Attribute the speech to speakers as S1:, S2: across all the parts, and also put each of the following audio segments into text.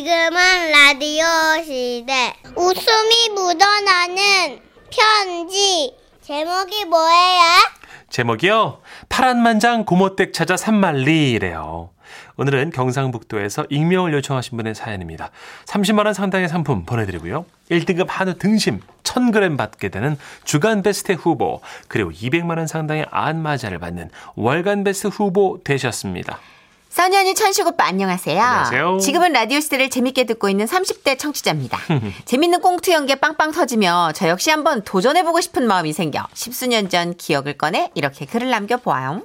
S1: 지금은 라디오 시대. 웃음이 묻어나는 편지. 제목이 뭐예요?
S2: 제목이요. 파란만장 고모댁 찾아 산말리래요. 오늘은 경상북도에서 익명을 요청하신 분의 사연입니다. 30만 원 상당의 상품 보내드리고요. 1등급 한우 등심 1000g 받게 되는 주간 베스트 후보 그리고 200만 원 상당의 안마자를 받는 월간 베스트 후보 되셨습니다.
S3: 선현이 천식 오빠 안녕하세요.
S2: 안녕하세요.
S3: 지금은 라디오 시대를 재밌게 듣고 있는 30대 청취자입니다. 재밌는 꽁트 연계 빵빵 터지며 저 역시 한번 도전해보고 싶은 마음이 생겨 십수년 전 기억을 꺼내 이렇게 글을 남겨보아요.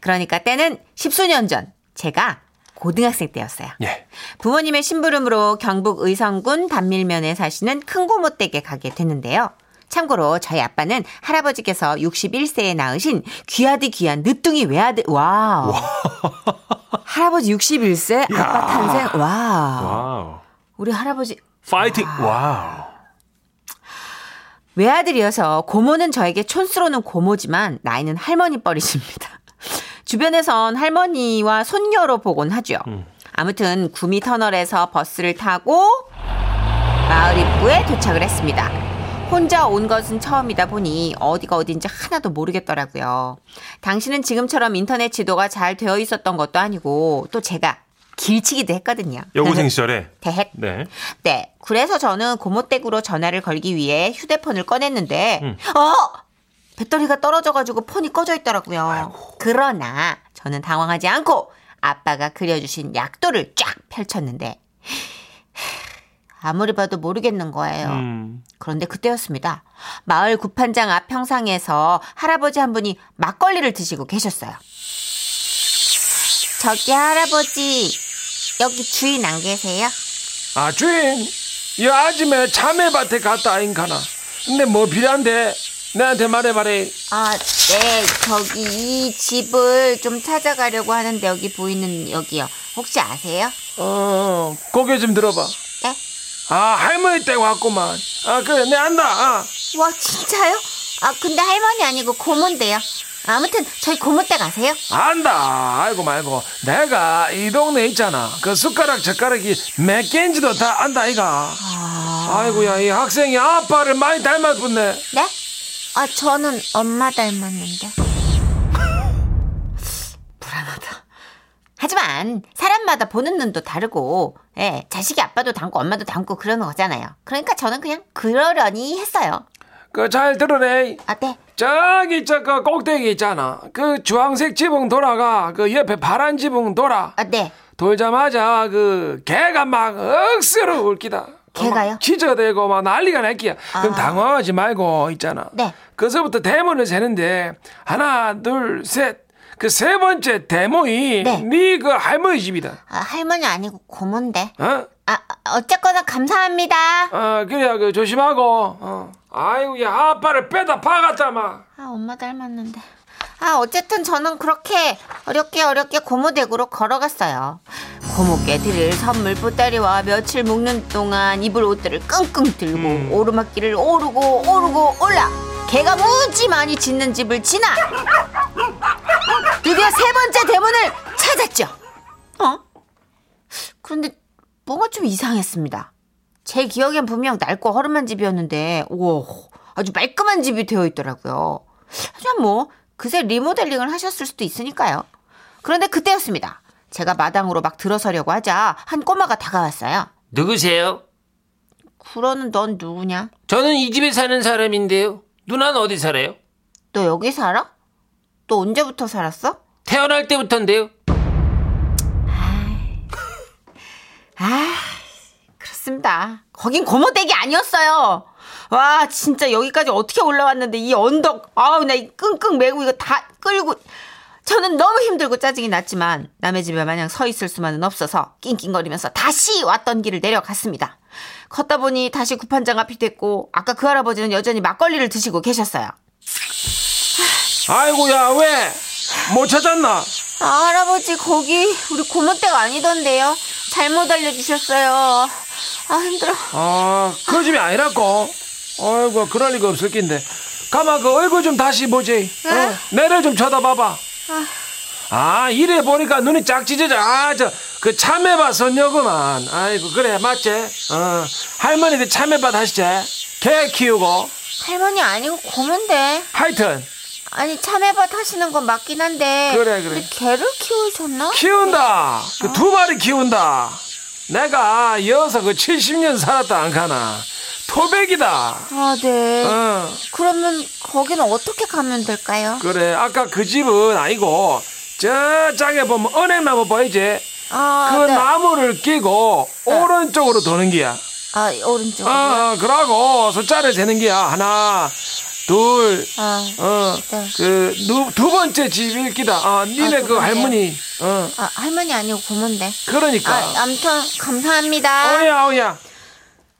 S3: 그러니까 때는 십수년 전 제가 고등학생 때였어요.
S2: 예.
S3: 부모님의 심부름으로 경북 의성군 단밀면에 사시는 큰고모 댁에 가게 됐는데요. 참고로 저희 아빠는 할아버지께서 61세에 낳으신 귀하디 귀한 늦둥이 외아들 와우. 할아버지 61세 아빠 탄생 와우.
S2: 와우.
S3: 우리 아. 할아버지
S2: 파이팅. 와우.
S3: 외아들이어서 고모는 저에게 촌스러운 고모지만 나이는 할머니 뻘이십니다. 주변에선 할머니와 손녀로 보곤 하죠.
S2: 음.
S3: 아무튼 구미 터널에서 버스를 타고 마을 입구에 도착을 했습니다. 혼자 온 것은 처음이다 보니 어디가 어딘지 하나도 모르겠더라고요. 당신은 지금처럼 인터넷 지도가 잘 되어 있었던 것도 아니고 또 제가 길치기도 했거든요.
S2: 여고생 시절에
S3: 대헷.
S2: 네.
S3: 네. 그래서 저는 고모댁으로 전화를 걸기 위해 휴대폰을 꺼냈는데, 어! 배터리가 떨어져가지고 폰이 꺼져 있더라고요. 그러나 저는 당황하지 않고 아빠가 그려주신 약도를 쫙 펼쳤는데, 아무리 봐도 모르겠는 거예요.
S2: 음.
S3: 그런데 그때였습니다. 마을 구판장 앞 평상에서 할아버지 한 분이 막걸리를 드시고 계셨어요. 저기 할아버지, 여기 주인 안 계세요?
S4: 아 주인 이 아침에 참외밭에 갔다 아인 가나 근데 뭐 필요한데 내한테 말해 말해
S3: 아, 네, 저기 이 집을 좀 찾아가려고 하는데 여기 보이는 여기요. 혹시 아세요?
S4: 어 고개 좀 들어봐
S3: 네?
S4: 아 할머니 댁 왔구만 아 그래 내 안다 아.
S3: 와, 진짜요? 아, 근데 할머니 아니고 고모인데요. 아무튼 저희 고모 댁 아세요?
S4: 안다 알고 말고 내가 이 동네 있잖아 그 숟가락 젓가락이 몇 개인지도 다 안다 이가 아이고야 이 학생이 아빠를 많이 닮았군네
S3: 네? 아, 저는 엄마 닮았는데. 불안하다. 하지만 사람마다 보는 눈도 다르고, 예, 자식이 아빠도 닮고 엄마도 닮고 그러는 거잖아요. 그러니까 저는 그냥 그러려니 했어요.
S4: 그 잘 들으래
S3: 아, 네.
S4: 저기 저 그 꼭대기 있잖아 그 주황색 지붕 돌아가 그 옆에 파란 지붕 돌아
S3: 아, 네.
S4: 돌자마자 그 개가 막 억수로 울기다.
S3: 개가요? 아.
S4: 막 치저대고 막 난리가 날기야. 그럼 당황하지 말고 있잖아.
S3: 네.
S4: 그서부터 대문을 세는데 하나 둘 셋. 그 세 번째 대문이
S3: 네.
S4: 네 그 할머니 집이다.
S3: 아, 할머니 아니고 고모인데.
S4: 어?
S3: 아, 아, 어쨌거나 감사합니다.
S4: 어 그래야 그 조심하고. 어. 아이고 야 아빠를 빼다 박았다 마.
S3: 아, 엄마 닮았는데. 아, 어쨌든 저는 그렇게 어렵게 어렵게 고모댁으로 걸어갔어요. 고모께 드릴 선물 보따리와 며칠 묵는 동안 입을 옷들을 끙끙 들고 오르막길을 오르고 오르고 올라 개가 무지 많이 짖는 집을 지나 드디어 세 번째 대문을 찾았죠. 어? 그런데 뭔가 좀 이상했습니다. 제 기억엔 분명 낡고 허름한 집이었는데, 우와, 아주 말끔한 집이 되어 있더라고요. 하지만 뭐, 그새 리모델링을 하셨을 수도 있으니까요. 그런데 그때였습니다. 제가 마당으로 막 들어서려고 하자 한 꼬마가 다가왔어요.
S5: 누구세요?
S3: 그러는 넌 누구냐?
S5: 저는 이 집에 사는 사람인데요. 누나는 어디 살아요?
S3: 너 여기 살아? 너 언제부터 살았어?
S5: 태어날 때부터인데요.
S3: 그렇습니다. 거긴 고모댁이 아니었어요. 와, 진짜 여기까지 어떻게 올라왔는데 이 언덕, 아우, 나 이 끙끙 매고 이거 다 끌고. 저는 너무 힘들고 짜증이 났지만 남의 집에 마냥 서 있을 수만은 없어서 낑낑거리면서 다시 왔던 길을 내려갔습니다. 걷다 보니 다시 구판장 앞이 됐고 아까 그 할아버지는 여전히 막걸리를 드시고 계셨어요.
S4: 아이고야 왜 못 찾았나?
S3: 아, 할아버지 거기 우리 고모댁 아니던데요. 잘못 알려주셨어요. 아, 힘들어.
S4: 아, 그 집이 아니라고. 아이고, 그럴 리가 없을 낀데. 가만 그 얼굴 좀 다시 보지. 어, 내를 좀 쳐다봐봐. 아, 이래 보니까 눈이 쫙 찢어져. 아, 저,
S2: 그 참외밭 선녀구만. 아이고 그래 맞지? 어 할머니들 참외밭 하시지? 개 키우고.
S3: 할머니 아니고 고문데.
S2: 하여튼
S3: 아니 참외밭 하시는 건 맞긴 한데.
S2: 그래, 그래.
S3: 근데 개를 키우셨나?
S2: 키운다. 그 두 마리 키운다. 내가 여기서 그 70년 살았다 안 가나. 토백이다.
S3: 아, 네.
S2: 어.
S3: 그러면 거기는 어떻게 가면 될까요?
S2: 그래 아까 그 집은 아니고 저 짝에 보면 은행나무 보이지?
S3: 아,
S2: 그
S3: 네.
S2: 나무를 끼고 오른쪽으로 도는 기야.
S3: 아, 오른쪽.
S2: 어, 어, 그러고 숫자를 세는 기야. 하나, 둘,
S3: 아,
S2: 어,
S3: 네.
S2: 그두 번째 집일 기다. 아, 니네
S3: 아,
S2: 그
S3: 그러네요.
S2: 할머니. 어,
S3: 아, 할머니 아니고 고모인데. 아,
S2: 그러니까.
S3: 아무튼 감사합니다.
S2: 오야, 오야.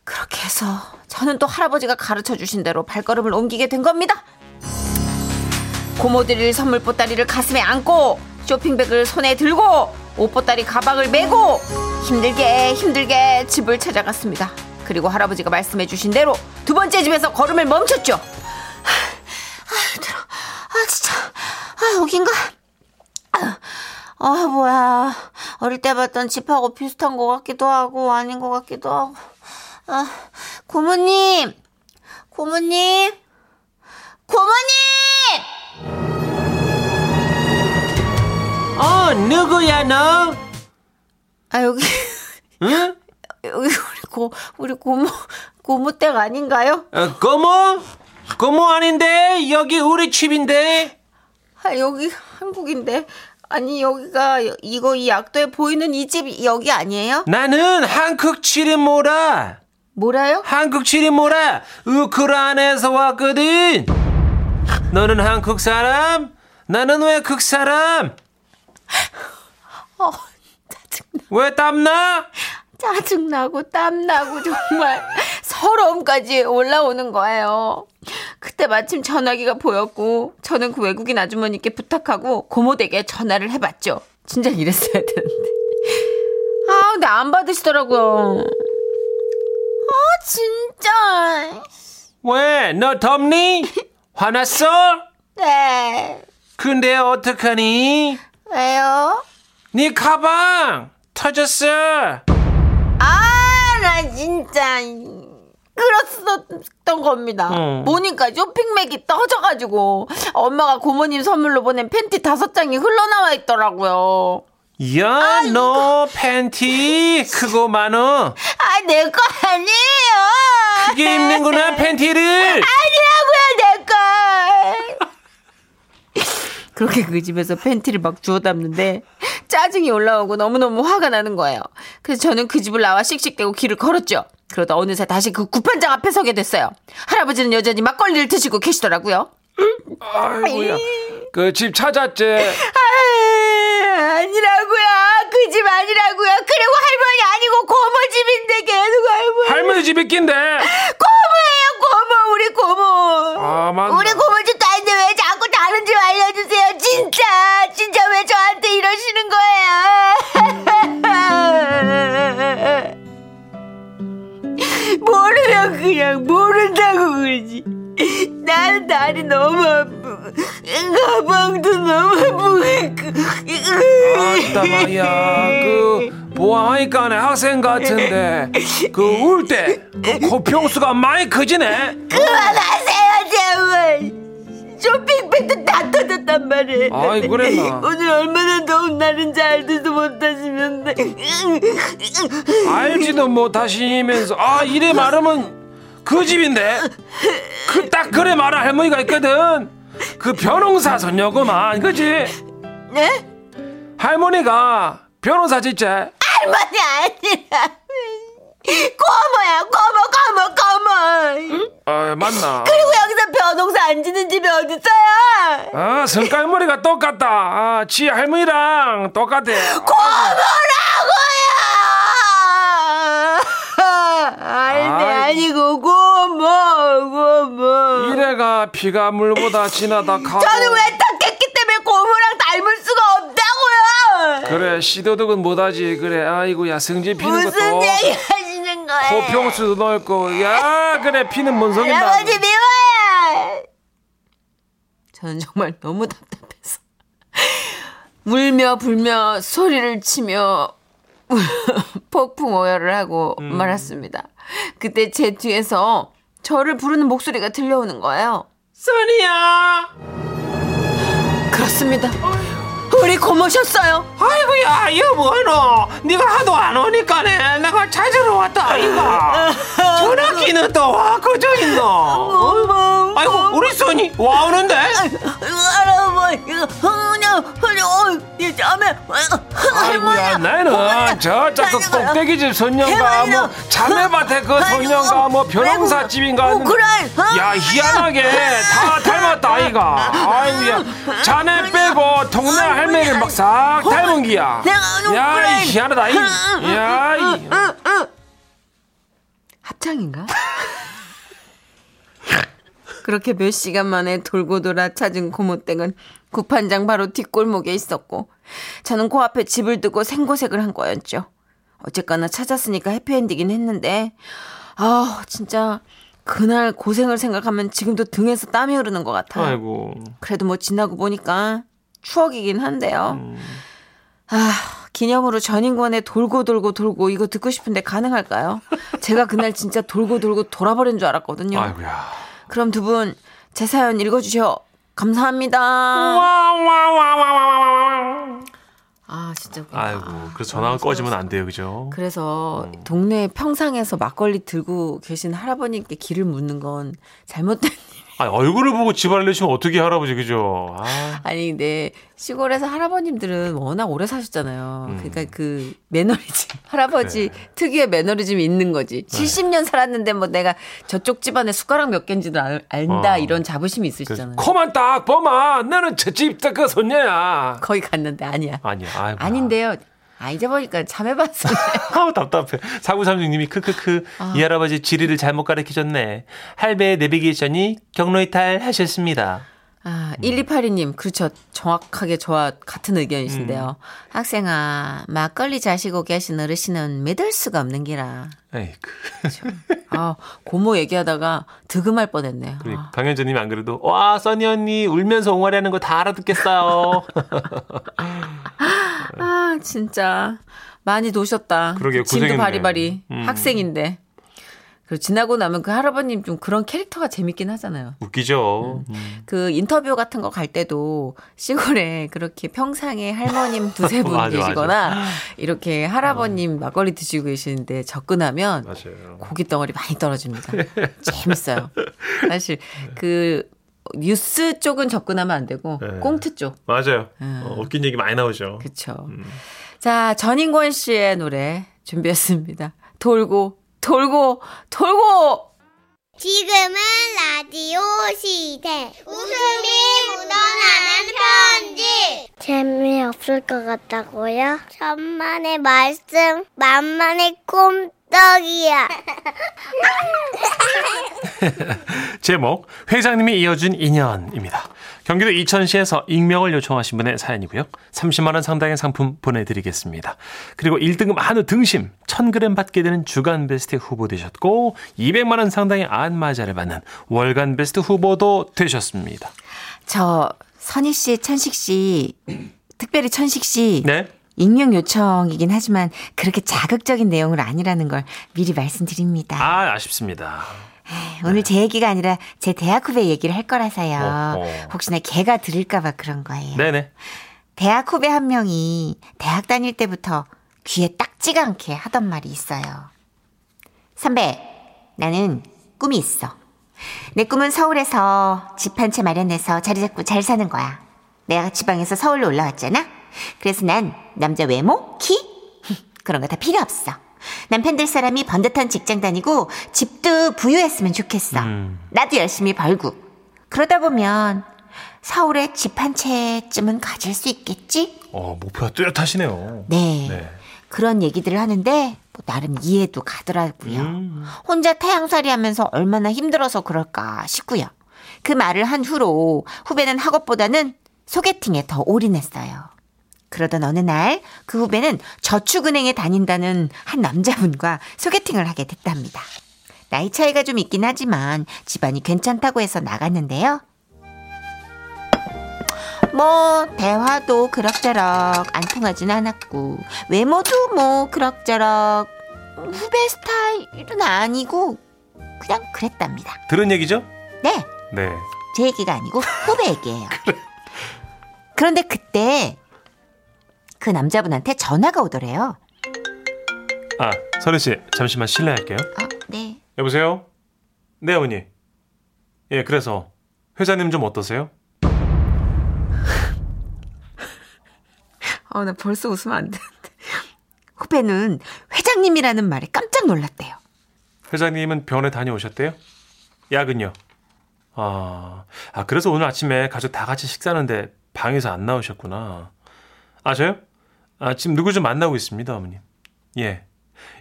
S3: 그렇게 해서 저는 또 할아버지가 가르쳐 주신 대로 발걸음을 옮기게 된 겁니다. 고모 드릴 선물 보따리를 가슴에 안고 쇼핑백을 손에 들고 옷 보따리 가방을 메고 힘들게 힘들게 집을 찾아갔습니다. 그리고 할아버지가 말씀해 주신 대로 두 번째 집에서 걸음을 멈췄죠. 아, 들어. 아, 진짜. 아, 여긴가? 아, 뭐야. 어릴 때 봤던 집하고 비슷한 것 같기도 하고 아닌 것 같기도 하고. 아, 고모님! 고모님! 고모님!
S4: 어 누구야 너?
S3: 아, 여기,
S4: 응?
S3: 여기 우리 고, 우리 고모, 고모댁 아닌가요?
S4: 어, 고모? 고모 아닌데 여기 우리 집인데.
S3: 아, 여기 한국인데. 아니, 여기가, 여- 이거 이 약도에 보이는 이 집 여기 아니에요?
S4: 나는 한국 치리 몰아.
S3: 뭐라요?
S4: 한국 치리 몰아. 우크라이나에서 왔거든. 너는 한국 사람? 나는 외국 사람?
S3: 어, 짜증나.
S4: 왜 땀나?
S3: 짜증나고 땀나고 정말 서러움까지 올라오는 거예요. 그때 마침 전화기가 보였고 저는 그 외국인 아주머니께 부탁하고 고모댁에 전화를 해봤죠. 진짜 이랬어야 되는데. 아 근데 안 받으시더라고요. 아 진짜.
S4: 왜? 너 덥니? 화났어?
S3: 네.
S4: 근데 어떡하니?
S3: 왜요?
S4: 네 가방 터졌어.
S3: 아 나 진짜 끌었었던 겁니다.
S4: 어.
S3: 보니까 쇼핑백이 떠져가지고 엄마가 고모님 선물로 보낸 팬티 다섯 장이 흘러나와 있더라고요.
S4: 야, 너 팬티 크고 많어.
S3: 아 내 거 아니에요.
S4: 이게 입는구나 팬티를.
S3: 아니라고요 내 거. 그렇게 그 집에서 팬티를 막 주워 담는데 짜증이 올라오고 너무너무 화가 나는 거예요. 그래서 저는 그 집을 나와 씩씩대고 길을 걸었죠. 그러다 어느새 다시 그 구판장 앞에 서게 됐어요. 할아버지는 여전히 막걸리를 드시고 계시더라고요.
S2: 아이고야. 그 집 찾았지?
S3: 아, 아니라고요. 그 집 아니라고요. 그리고 할머니 아니고 고모 집인데 계속 할머니.
S2: 할머니 집에 낀데.
S3: 고모예요, 고모. 우리 고모.
S2: 아, 맞네.
S3: 우리 고모 집도 아닌데 왜 자꾸 다른 집 알려주세요. 진짜, 진짜 왜 저한테 이러시는 거예요? 모르면 그냥 모른다고 그러지. 나는 다리 너무 아프고 가방도 너무 아프고
S2: 아따 마야. 그 보아하니까 내 학생 같은데. 그 울 때. 그 고평수가 많이 크지네.
S3: 그만하세요 제발 쇼핑백도 다 터졌단 말이에요
S2: 아이, 그랬나?
S3: 오늘 얼마나 더운 날인지 알지도 못하시는데
S2: 알지도 못하시면서 아 이래 말하면 그 집인데 그 딱 그래 말할 할머니가 있거든 그 변호사 선녀구만 그지
S3: 네?
S2: 할머니가 변호사 아, 진짜
S3: 할머니 아니라 고모야 고모 고모 고모
S2: 아 맞나
S3: 그리고 여기서 변홍사 안 지는 집이 어딨어요
S2: 아 성깔머리가 똑같다 아지 할머니랑 똑같아
S3: 고모라고요 할머니 아니고 고모 고모
S2: 이래가 피가 물보다 진하다 가고
S3: 저는 왜 탁했기 때문에 고모랑 닮을 수가 없다고요.
S2: 그래 시도덕은 못하지 그래 아이고야 승질 피는 것도
S3: 무슨 얘기 하시는 거예요?
S2: 고평수도 넓고 야 그래 피는 뭔 속인다
S3: 할아버지 미워요. 저는 정말 너무 답답해서 울며 불며 소리를 치며 폭풍 오열을 하고 말았습니다. 그때 제 뒤에서 저를 부르는 목소리가 들려오는 거예요.
S5: 써니야!
S3: 그렇습니다. 우리 고모셨어요.
S5: 아이고야, 여보노. 네가 하도 안 오니까네. 내가 찾으러 왔다, 이가. 전화기는 또 와, 그저 있노.
S3: 어머,
S5: 아이고, 우리 써니 와 오는데?
S4: 아,
S3: 할아버지, 그냥, 그냥, 이 자매,
S4: 아이고야 나는 저 자꾸 꼭대기집 손녀인가 뭐 자매밭에 그 손녀인가 뭐 벼농사 집인가 하는데
S3: 우크라이
S4: 야 희한하게 다 닮았다 아이가 아이고야 어. 자네 빼고 동네 할매를 막 싹 닮은 기야 야이 희한하다 어, 이야이
S3: 어, 합창인가? 그렇게 몇 시간 만에 돌고 돌아 찾은 고모댁은 구판장 바로 뒷골목에 있었고 저는 그 코앞에 집을 두고 생고색을 한 거였죠. 어쨌거나 찾았으니까 해피엔딩이긴 했는데 아 진짜 그날 고생을 생각하면 지금도 등에서 땀이 흐르는 것 같아요.
S2: 아이고.
S3: 그래도 뭐 지나고 보니까 추억이긴 한데요.
S2: 음.
S3: 아, 기념으로 전인권의 돌고 돌고 돌고 이거 듣고 싶은데 가능할까요? 제가 그날 진짜 돌고 돌고 돌아버린 줄 알았거든요.
S2: 아이고야.
S3: 그럼 두 분 제 사연 읽어주셔. 감사합니다. 아, 진짜. 웃기다.
S2: 아이고. 음. 그래서 전화가 꺼지면 안 돼요. 그죠?
S3: 그래서 동네 평상에서 막걸리 들고 계신 할아버님께 길을 묻는 건 잘못된
S2: 아니, 얼굴을 보고 집 알려주면 어떻게 할아버지, 그죠? 아,
S3: 아니 근데 시골에서 할아버님들은 워낙 오래 사셨잖아요. 그러니까 그 매너리즘 할아버지 특유의 매너리즘이 있는 거지. 70년 살았는데 뭐 내가 저쪽 집안에 숟가락 몇 개인지도 알, 안다
S2: 어.
S3: 이런 자부심이 있으시잖아요.
S4: 코만 딱 보마 너는 저집그 손녀야
S3: 거기 갔는데 아니야.
S2: 아니야. 아이고.
S3: 아닌데요. 아 이제 보니까 자매봤어요.
S2: 아우 답답해. 4936님이 크크크 이 할아버지 지리를 잘못 가르치셨네. 할배의 내비게이션이 경로 이탈하셨습니다.
S3: 아, 1282님, 그렇죠. 정확하게 저와 같은 의견이신데요. 학생아, 막걸리 자시고 계신 어르신은 믿을 수가 없는 기라.
S2: 에이그.
S3: 아, 고모 얘기하다가 득음할 뻔했네요.
S2: 그래,
S3: 아.
S2: 강현주님이 안 그래도 와 써니 언니 울면서 옹알이하는 거 다 알아듣겠어요.
S3: 아 진짜 많이 노셨다.
S2: 그러게요,
S3: 짐도
S2: 고생했네.
S3: 바리바리
S2: 음.
S3: 학생인데. 그리고 지나고 나면 그 할아버님 좀 그런 캐릭터가 재밌긴 하잖아요.
S2: 웃기죠. 음.
S3: 그 인터뷰 같은 거 갈 때도 시골에 그렇게 평상에 할머님 두세 분
S2: 맞아, 어.
S3: 계시거나 이렇게 할아버님 막걸리 드시고 계시는데 접근하면
S2: 맞아요.
S3: 고기 덩어리 많이 떨어집니다. 재밌어요. 사실 그 뉴스 쪽은 접근하면 안 되고
S2: 네.
S3: 꽁트 쪽
S2: 맞아요.
S3: 음.
S2: 어, 웃긴 얘기 많이 나오죠.
S3: 그쵸. 자, 전인권 씨의 노래 준비했습니다. 돌고, 돌고, 돌고!
S1: 지금은 라디오 시대. 웃음이 묻어나는 편지. 재미없을 것 같다고요? 천만의 말씀, 만만의 꼼떡이야.
S2: 제목 회장님이 이어준 인연입니다. 경기도 이천시에서 익명을 요청하신 분의 사연이고요. 30만 원 상당의 상품 보내드리겠습니다. 그리고 1등급 한우 등심 1000g 받게 되는 주간 베스트 후보되셨고 200만 원 상당의 안마자를 받는 월간 베스트 후보도 되셨습니다.
S6: 저 선희 씨, 천식 씨, 특별히 천식 씨
S2: 네.
S6: 익명 요청이긴 하지만 그렇게 자극적인 내용은 아니라는 걸 미리 말씀드립니다.
S2: 아 아쉽습니다.
S6: 오늘 제 얘기가 아니라 제 대학 후배 얘기를 할 거라서요.
S2: 어허.
S6: 혹시나 걔가 들을까봐 그런 거예요.
S2: 네네.
S6: 대학 후배 한 명이 대학 다닐 때부터 귀에 딱지가 않게 하던 말이 있어요. 선배, 나는 꿈이 있어. 내 꿈은 서울에서 집 한 채 마련해서 자리 잡고 잘 사는 거야. 내가 지방에서 서울로 올라왔잖아? 그래서 난 남자 외모, 키? 그런 거 다 필요 없어. 남편 될 사람이 번듯한 직장 다니고 집도 부유했으면 좋겠어. 나도 열심히 벌고. 그러다 보면 서울에 집 한 채쯤은 가질 수 있겠지?
S2: 어 목표가 뚜렷하시네요.
S6: 네.
S2: 네.
S6: 그런 얘기들을 하는데 뭐 나름 이해도 가더라고요. 혼자 태양살이 하면서 얼마나 힘들어서 그럴까 싶고요. 그 말을 한 후로 후배는 학업보다는 소개팅에 더 올인했어요. 그러던 어느 날 그 후배는 저축은행에 다닌다는 한 남자분과 소개팅을 하게 됐답니다. 나이 차이가 좀 있긴 하지만 집안이 괜찮다고 해서 나갔는데요. 뭐 대화도 그럭저럭 안 통하진 않았고 외모도 뭐 그럭저럭 후배 스타일은 아니고 그냥 그랬답니다.
S2: 들은 얘기죠?
S6: 네,
S2: 네.
S6: 제 얘기가 아니고 후배 얘기예요. 그런데 그때 그 남자분한테 전화가 오더래요.
S2: 아, 선우 씨, 잠시만 실례할게요.
S6: 아, 네.
S2: 여보세요? 네, 어머니. 예, 그래서 회사님 좀 어떠세요?
S6: 아, 나 벌써 웃으면 안 되는데. 후배는 회장님이라는 말에 깜짝 놀랐대요.
S2: 회장님은 병원에 다녀오셨대요? 약은요? 아, 아, 그래서 오늘 아침에 가족 다 같이 식사하는데 방에서 안 나오셨구나. 아, 저요? 아, 지금 누구 좀 만나고 있습니다, 어머님. 예.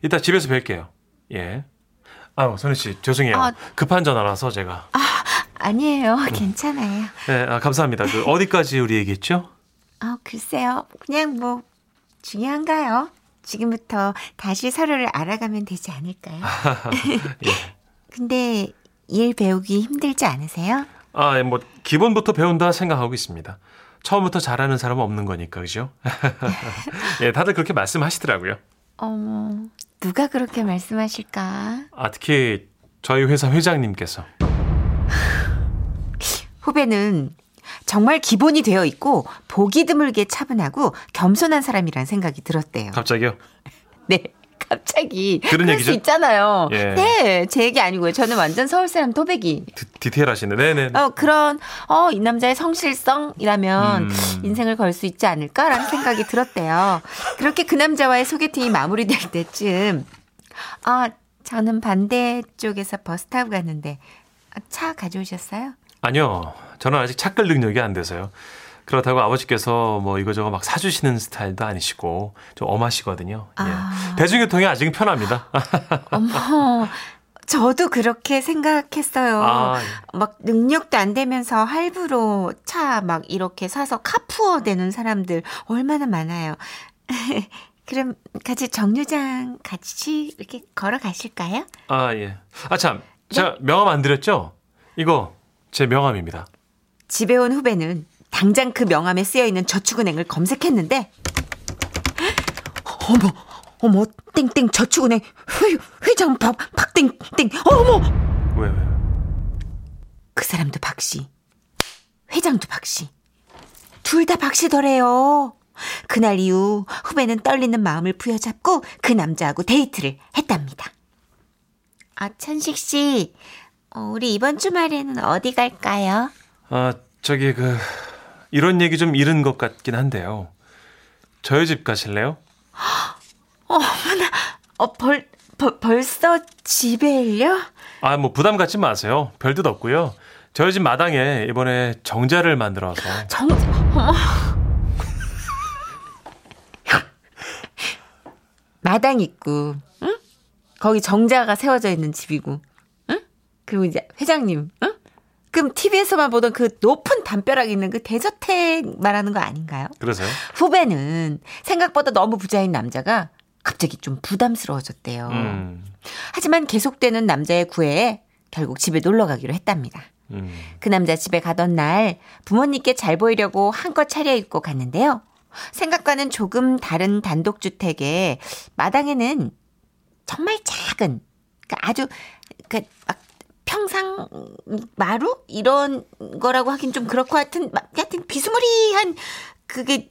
S2: 이따 집에서 뵐게요. 예. 아우, 선우 씨, 죄송해요.
S6: 아.
S2: 급한 전화라서 제가.
S6: 아니에요. 괜찮아요.
S2: 예, 아, 감사합니다. 그, 어디까지 우리 얘기했죠?
S6: 아, 글쎄요. 그냥 뭐 중요한가요? 지금부터 다시 서로를 알아가면 되지 않을까요? 근데 일 배우기 힘들지 않으세요?
S2: 아, 예, 뭐 기본부터 배운다 생각하고 있습니다. 처음부터 잘하는 사람은 없는 거니까 그죠? 예, 다들 그렇게 말씀하시더라고요.
S6: 어머, 누가 그렇게 말씀하실까?
S2: 아, 특히 저희 회사 회장님께서
S6: 후배는 정말 기본이 되어 있고 보기 드물게 차분하고 겸손한 사람이란 생각이 들었대요.
S2: 갑자기요.
S6: 네. 갑자기
S2: 그런
S6: 아, 그럴
S2: 얘기죠?
S6: 수 있잖아요.
S2: 예.
S6: 네, 제 얘기 아니고요. 저는 완전 서울 사람 토백이.
S2: 디, 디테일하시네. 네네.
S6: 어, 그런 어, 이 남자의 성실성이라면
S2: 음.
S6: 인생을 걸 수 있지 않을까라는 생각이 들었대요. 그렇게 그 남자와의 소개팅이 마무리될 때쯤 아, 저는 반대쪽에서 버스 타고 갔는데 아, 차 가져오셨어요?
S2: 아니요. 저는 아직 착글 능력이 안 돼서요. 그렇다고 아버지께서 뭐 이거저거 막 사주시는 스타일도 아니시고 좀 엄하시거든요. 예.
S6: 아. 어.
S2: 대중교통이 아직은 편합니다.
S6: 어머. 저도 그렇게 생각했어요.
S2: 아,
S6: 막 능력도 안 되면서 할부로 차 막 이렇게 사서 카푸어 되는 사람들 얼마나 많아요. 그럼 같이 정류장 같이 이렇게 걸어 가실까요?
S2: 아 예. 아 참, 제가
S6: 네.
S2: 명함 안 드렸죠? 이거 제 명함입니다.
S6: 집에 온 후배는 당장 그 명함에 쓰여 있는 저축은행을 검색했는데 어머 어머 땡땡 저축은행 회, 회장 박 박땡땡 어머
S2: 왜 왜?
S6: 그 사람도 박씨, 회장도 박씨. 둘 다 박씨더래요. 그날 이후 후배는 떨리는 마음을 부여잡고 그 남자하고 데이트를 했답니다. 아, 천식 씨. 어, 우리 이번 주말에는 어디 갈까요?
S2: 아, 저기 그 이런 얘기 좀 이른 것 같긴 한데요. 저희 집 가실래요?
S6: 어, 벌, 벌 벌써 집에요?
S2: 아, 뭐 부담 갖지 마세요. 별뜻 없고요. 저희 집 마당에 이번에 정자를 만들어서
S6: 정, 어머. 마당 있고, 응? 거기 정자가 세워져 있는 집이고, 응? 그리고 이제 회장님, 응? 그럼 TV에서만 보던 그 높은 담벼락 있는 그 대저택 말하는 거 아닌가요?
S2: 그러세요?
S6: 후배는 생각보다 너무 부자인 남자가 갑자기 좀 부담스러워졌대요.
S2: 음.
S6: 하지만 계속되는 남자의 구애에 결국 집에 놀러 가기로 했답니다.
S2: 음.
S6: 그 남자 집에 가던 날 부모님께 잘 보이려고 한껏 차려입고 갔는데요. 생각과는 조금 다른 단독주택에 마당에는 정말 작은 그 아주 그 막 평상 마루 이런 거라고 하긴 좀 그렇고 하여튼 막 하여튼 비스무리한 그게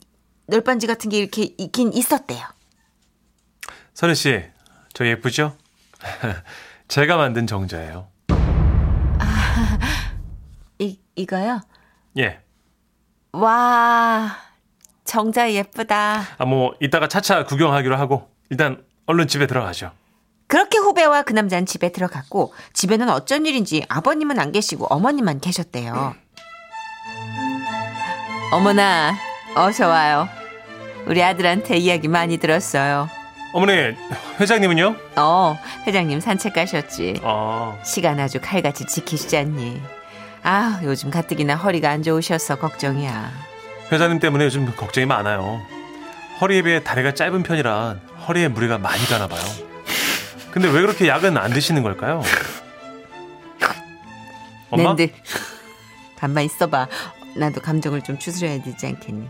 S6: 널빤지 같은 게 이렇게 있긴 있었대요.
S2: 선우 씨, 저 예쁘죠? 제가 만든 정자예요.
S6: 이 이거요?
S2: 예.
S6: 와 정자 예쁘다.
S2: 아, 뭐 이따가 차차 구경하기로 하고 일단 얼른 집에 들어가죠.
S6: 그렇게 후배와 그 남자는 집에 들어갔고 집에는 어쩐 일인지 아버님은 안 계시고 어머님만 계셨대요. 어머나 어서 와요. 우리 아들한테 이야기 많이 들었어요.
S2: 어머니, 회장님은요?
S6: 어 회장님 산책 가셨지.
S2: 아,
S6: 시간 아주 칼같이 지키시지 않니? 아 요즘 가뜩이나 허리가 안 좋으셔서 걱정이야.
S2: 회장님 때문에 요즘 걱정이 많아요. 허리에 비해 다리가 짧은 편이라 허리에 무리가 많이 가나 봐요. 근데 왜 그렇게 약은 안 드시는 걸까요? 엄마?
S3: 네,
S6: 낸들 가만 있어봐.
S3: 나도 감정을 좀 추스려야 되지 않겠니?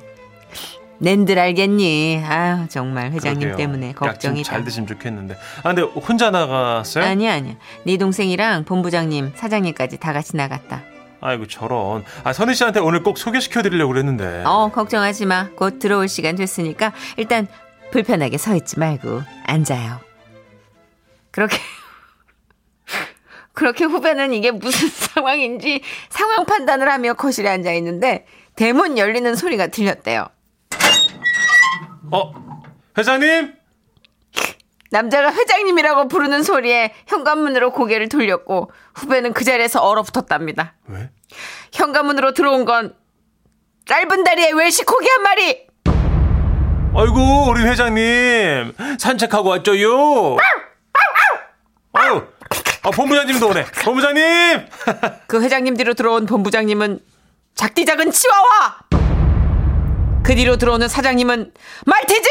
S3: 낸들 알겠니? 아유 정말 회장님
S2: 그러게요.
S3: 때문에
S2: 약좀
S3: 걱정이다.
S2: 잘 드시면 좋겠는데. 아 근데 혼자 나갔어요?
S3: 아니 아니. 네 동생이랑 본부장님, 사장님까지 다 같이 나갔다.
S2: 네. 아이고 저런. 아 선희 씨한테 오늘 꼭 소개시켜 드리려고 그랬는데.
S3: 어 걱정하지 마. 곧 들어올 시간 됐으니까 일단 불편하게 서 있지 말고 앉아요. 그렇게 그렇게 후배는 이게 무슨 상황인지 상황 판단을 하며 거실에 앉아 있는데 대문 열리는 소리가 들렸대요.
S2: 어 회장님?
S3: 남자가 회장님이라고 부르는 소리에 현관문으로 고개를 돌렸고 후배는 그 자리에서 얼어붙었답니다.
S2: 왜?
S3: 현관문으로 들어온 건 짧은 다리에 외식고기 한 마리.
S2: 아이고 우리 회장님 산책하고 왔죠요. 아유, 아 본부장님도 오네. 본부장님.
S3: 그 회장님 뒤로 들어온 본부장님은 작디 작은 치와와. 그 뒤로 들어오는 사장님은 말티즈.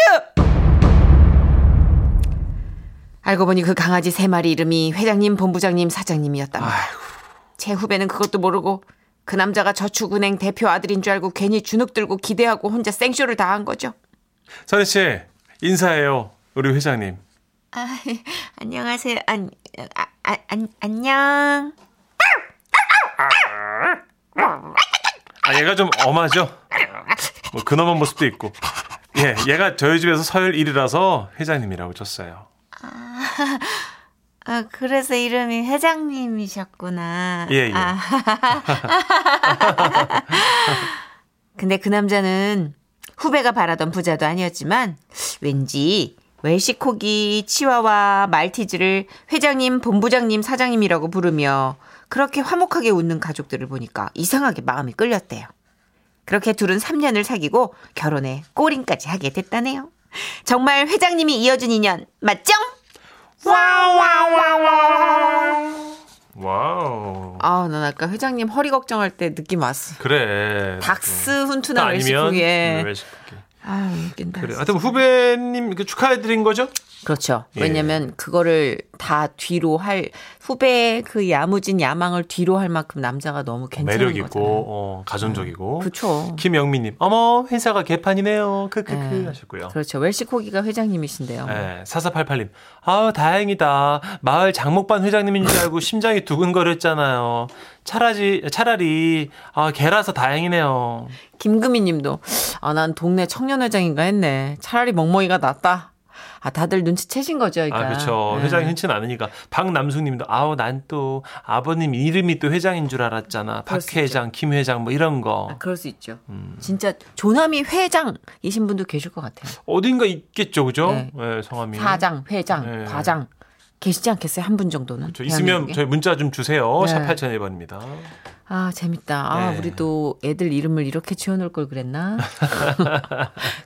S3: 알고 보니 그 강아지 세 마리 이름이 회장님, 본부장님, 사장님이었답니다. 제 후배는 그것도 모르고 그 남자가 저축은행 대표 아들인 줄 알고 괜히 주눅 들고 기대하고 혼자 생쇼를 다 한 거죠.
S2: 선희 씨 인사해요. 우리 회장님.
S6: 아, 안녕하세요. 안, 아, 아, 안, 안녕.
S2: 아 얘가 좀 엄하죠. 뭐 근엄한 모습도 있고. 예, 얘가 저희 집에서 서열 1이라서 회장님이라고 쳤어요.
S6: 아, 그래서 이름이 회장님이셨구나.
S2: 예, 예.
S6: 아,
S3: 근데 그 남자는 후배가 바라던 부자도 아니었지만 왠지 웰시코기, 치와와, 말티즈를 회장님, 본부장님, 사장님이라고 부르며 그렇게 화목하게 웃는 가족들을 보니까 이상하게 마음이 끌렸대요. 그렇게 둘은 3년을 사귀고 결혼에 꼬링까지 하게 됐다네요. 정말 회장님이 이어준 인연 맞죠?
S2: 와우.
S3: 아, 난 아까 회장님 허리 걱정할 때 느낌 왔어.
S2: 그래.
S3: 닥스
S2: 또
S3: 훈투나
S2: 아니면 음,
S3: 웰시코기에. 예.
S2: 외식국에.
S3: 아, 웃긴다.
S2: 그래. 하여튼 후배님 그 축하해드린 거죠?
S3: 그렇죠.
S2: 예.
S3: 왜냐면 그거를 다 뒤로 할 후배의 그 야무진 야망을 뒤로 할 만큼 남자가 너무 괜찮은
S2: 매력
S3: 거잖아요.
S2: 있고 어, 가존적이고.
S3: 그렇죠.
S2: 김영민님, 어머 회사가 개판이네요. 크크크
S3: 예.
S2: 하셨고요.
S3: 그렇죠. 웰시코기가 회장님이신데요.
S2: 예, 4488님, 아우, 다행이다. 마을 장목반 회장님인 줄 알고 심장이 두근거렸잖아요. 차라리, 차라리, 아, 개라서 다행이네요.
S3: 김금희 님도 아, 난 동네 청년회장인가 했네. 차라리 멍멍이가 낫다. 아, 다들 눈치채신 거죠. 그러니까.
S2: 아, 그쵸.
S3: 예.
S2: 회장이 흔치는 않으니까. 박남숙 님도, 아우, 난 또 아버님 이름이 또 회장인 줄 알았잖아.
S3: 그럴
S2: 박
S3: 수
S2: 회장, 김 회장, 뭐 이런 거.
S3: 아, 그럴 수 있죠.
S2: 음.
S3: 진짜 조남이 회장이신 분도 계실 것 같아요.
S2: 어딘가 있겠죠, 그죠?
S3: 네.
S2: 예, 성함이.
S3: 사장, 회장,
S2: 예.
S3: 과장 계시지 않겠어요? 한 분 정도는.
S2: 저 있으면
S3: 대한민국에?
S2: 저희 문자 좀 주세요.
S3: 네.
S2: 샵 8001번입니다.
S3: 아, 재밌다. 아,
S2: 네.
S3: 우리도 애들 이름을 이렇게 지어놓을 걸 그랬나?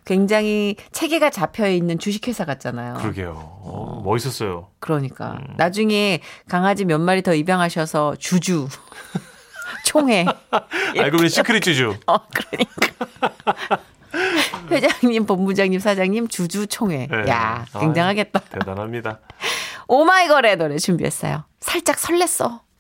S3: 굉장히 체계가 잡혀 있는 주식회사 같잖아요.
S2: 그러게요. 어, 멋있었어요.
S3: 러니까 그러니까. 나중에 강아지 몇 마리 더 입양하셔서 주주, 총회.
S2: 알고 보니 시크릿 주주.
S3: 예. 어, 그러니까. 회장님, 본부장님, 사장님, 주주총회.
S2: 네.
S3: 야,
S2: 아유.
S3: 굉장하겠다.
S2: 대단합니다.
S3: 오마이걸의 노래 준비했어요. 살짝 설렜어.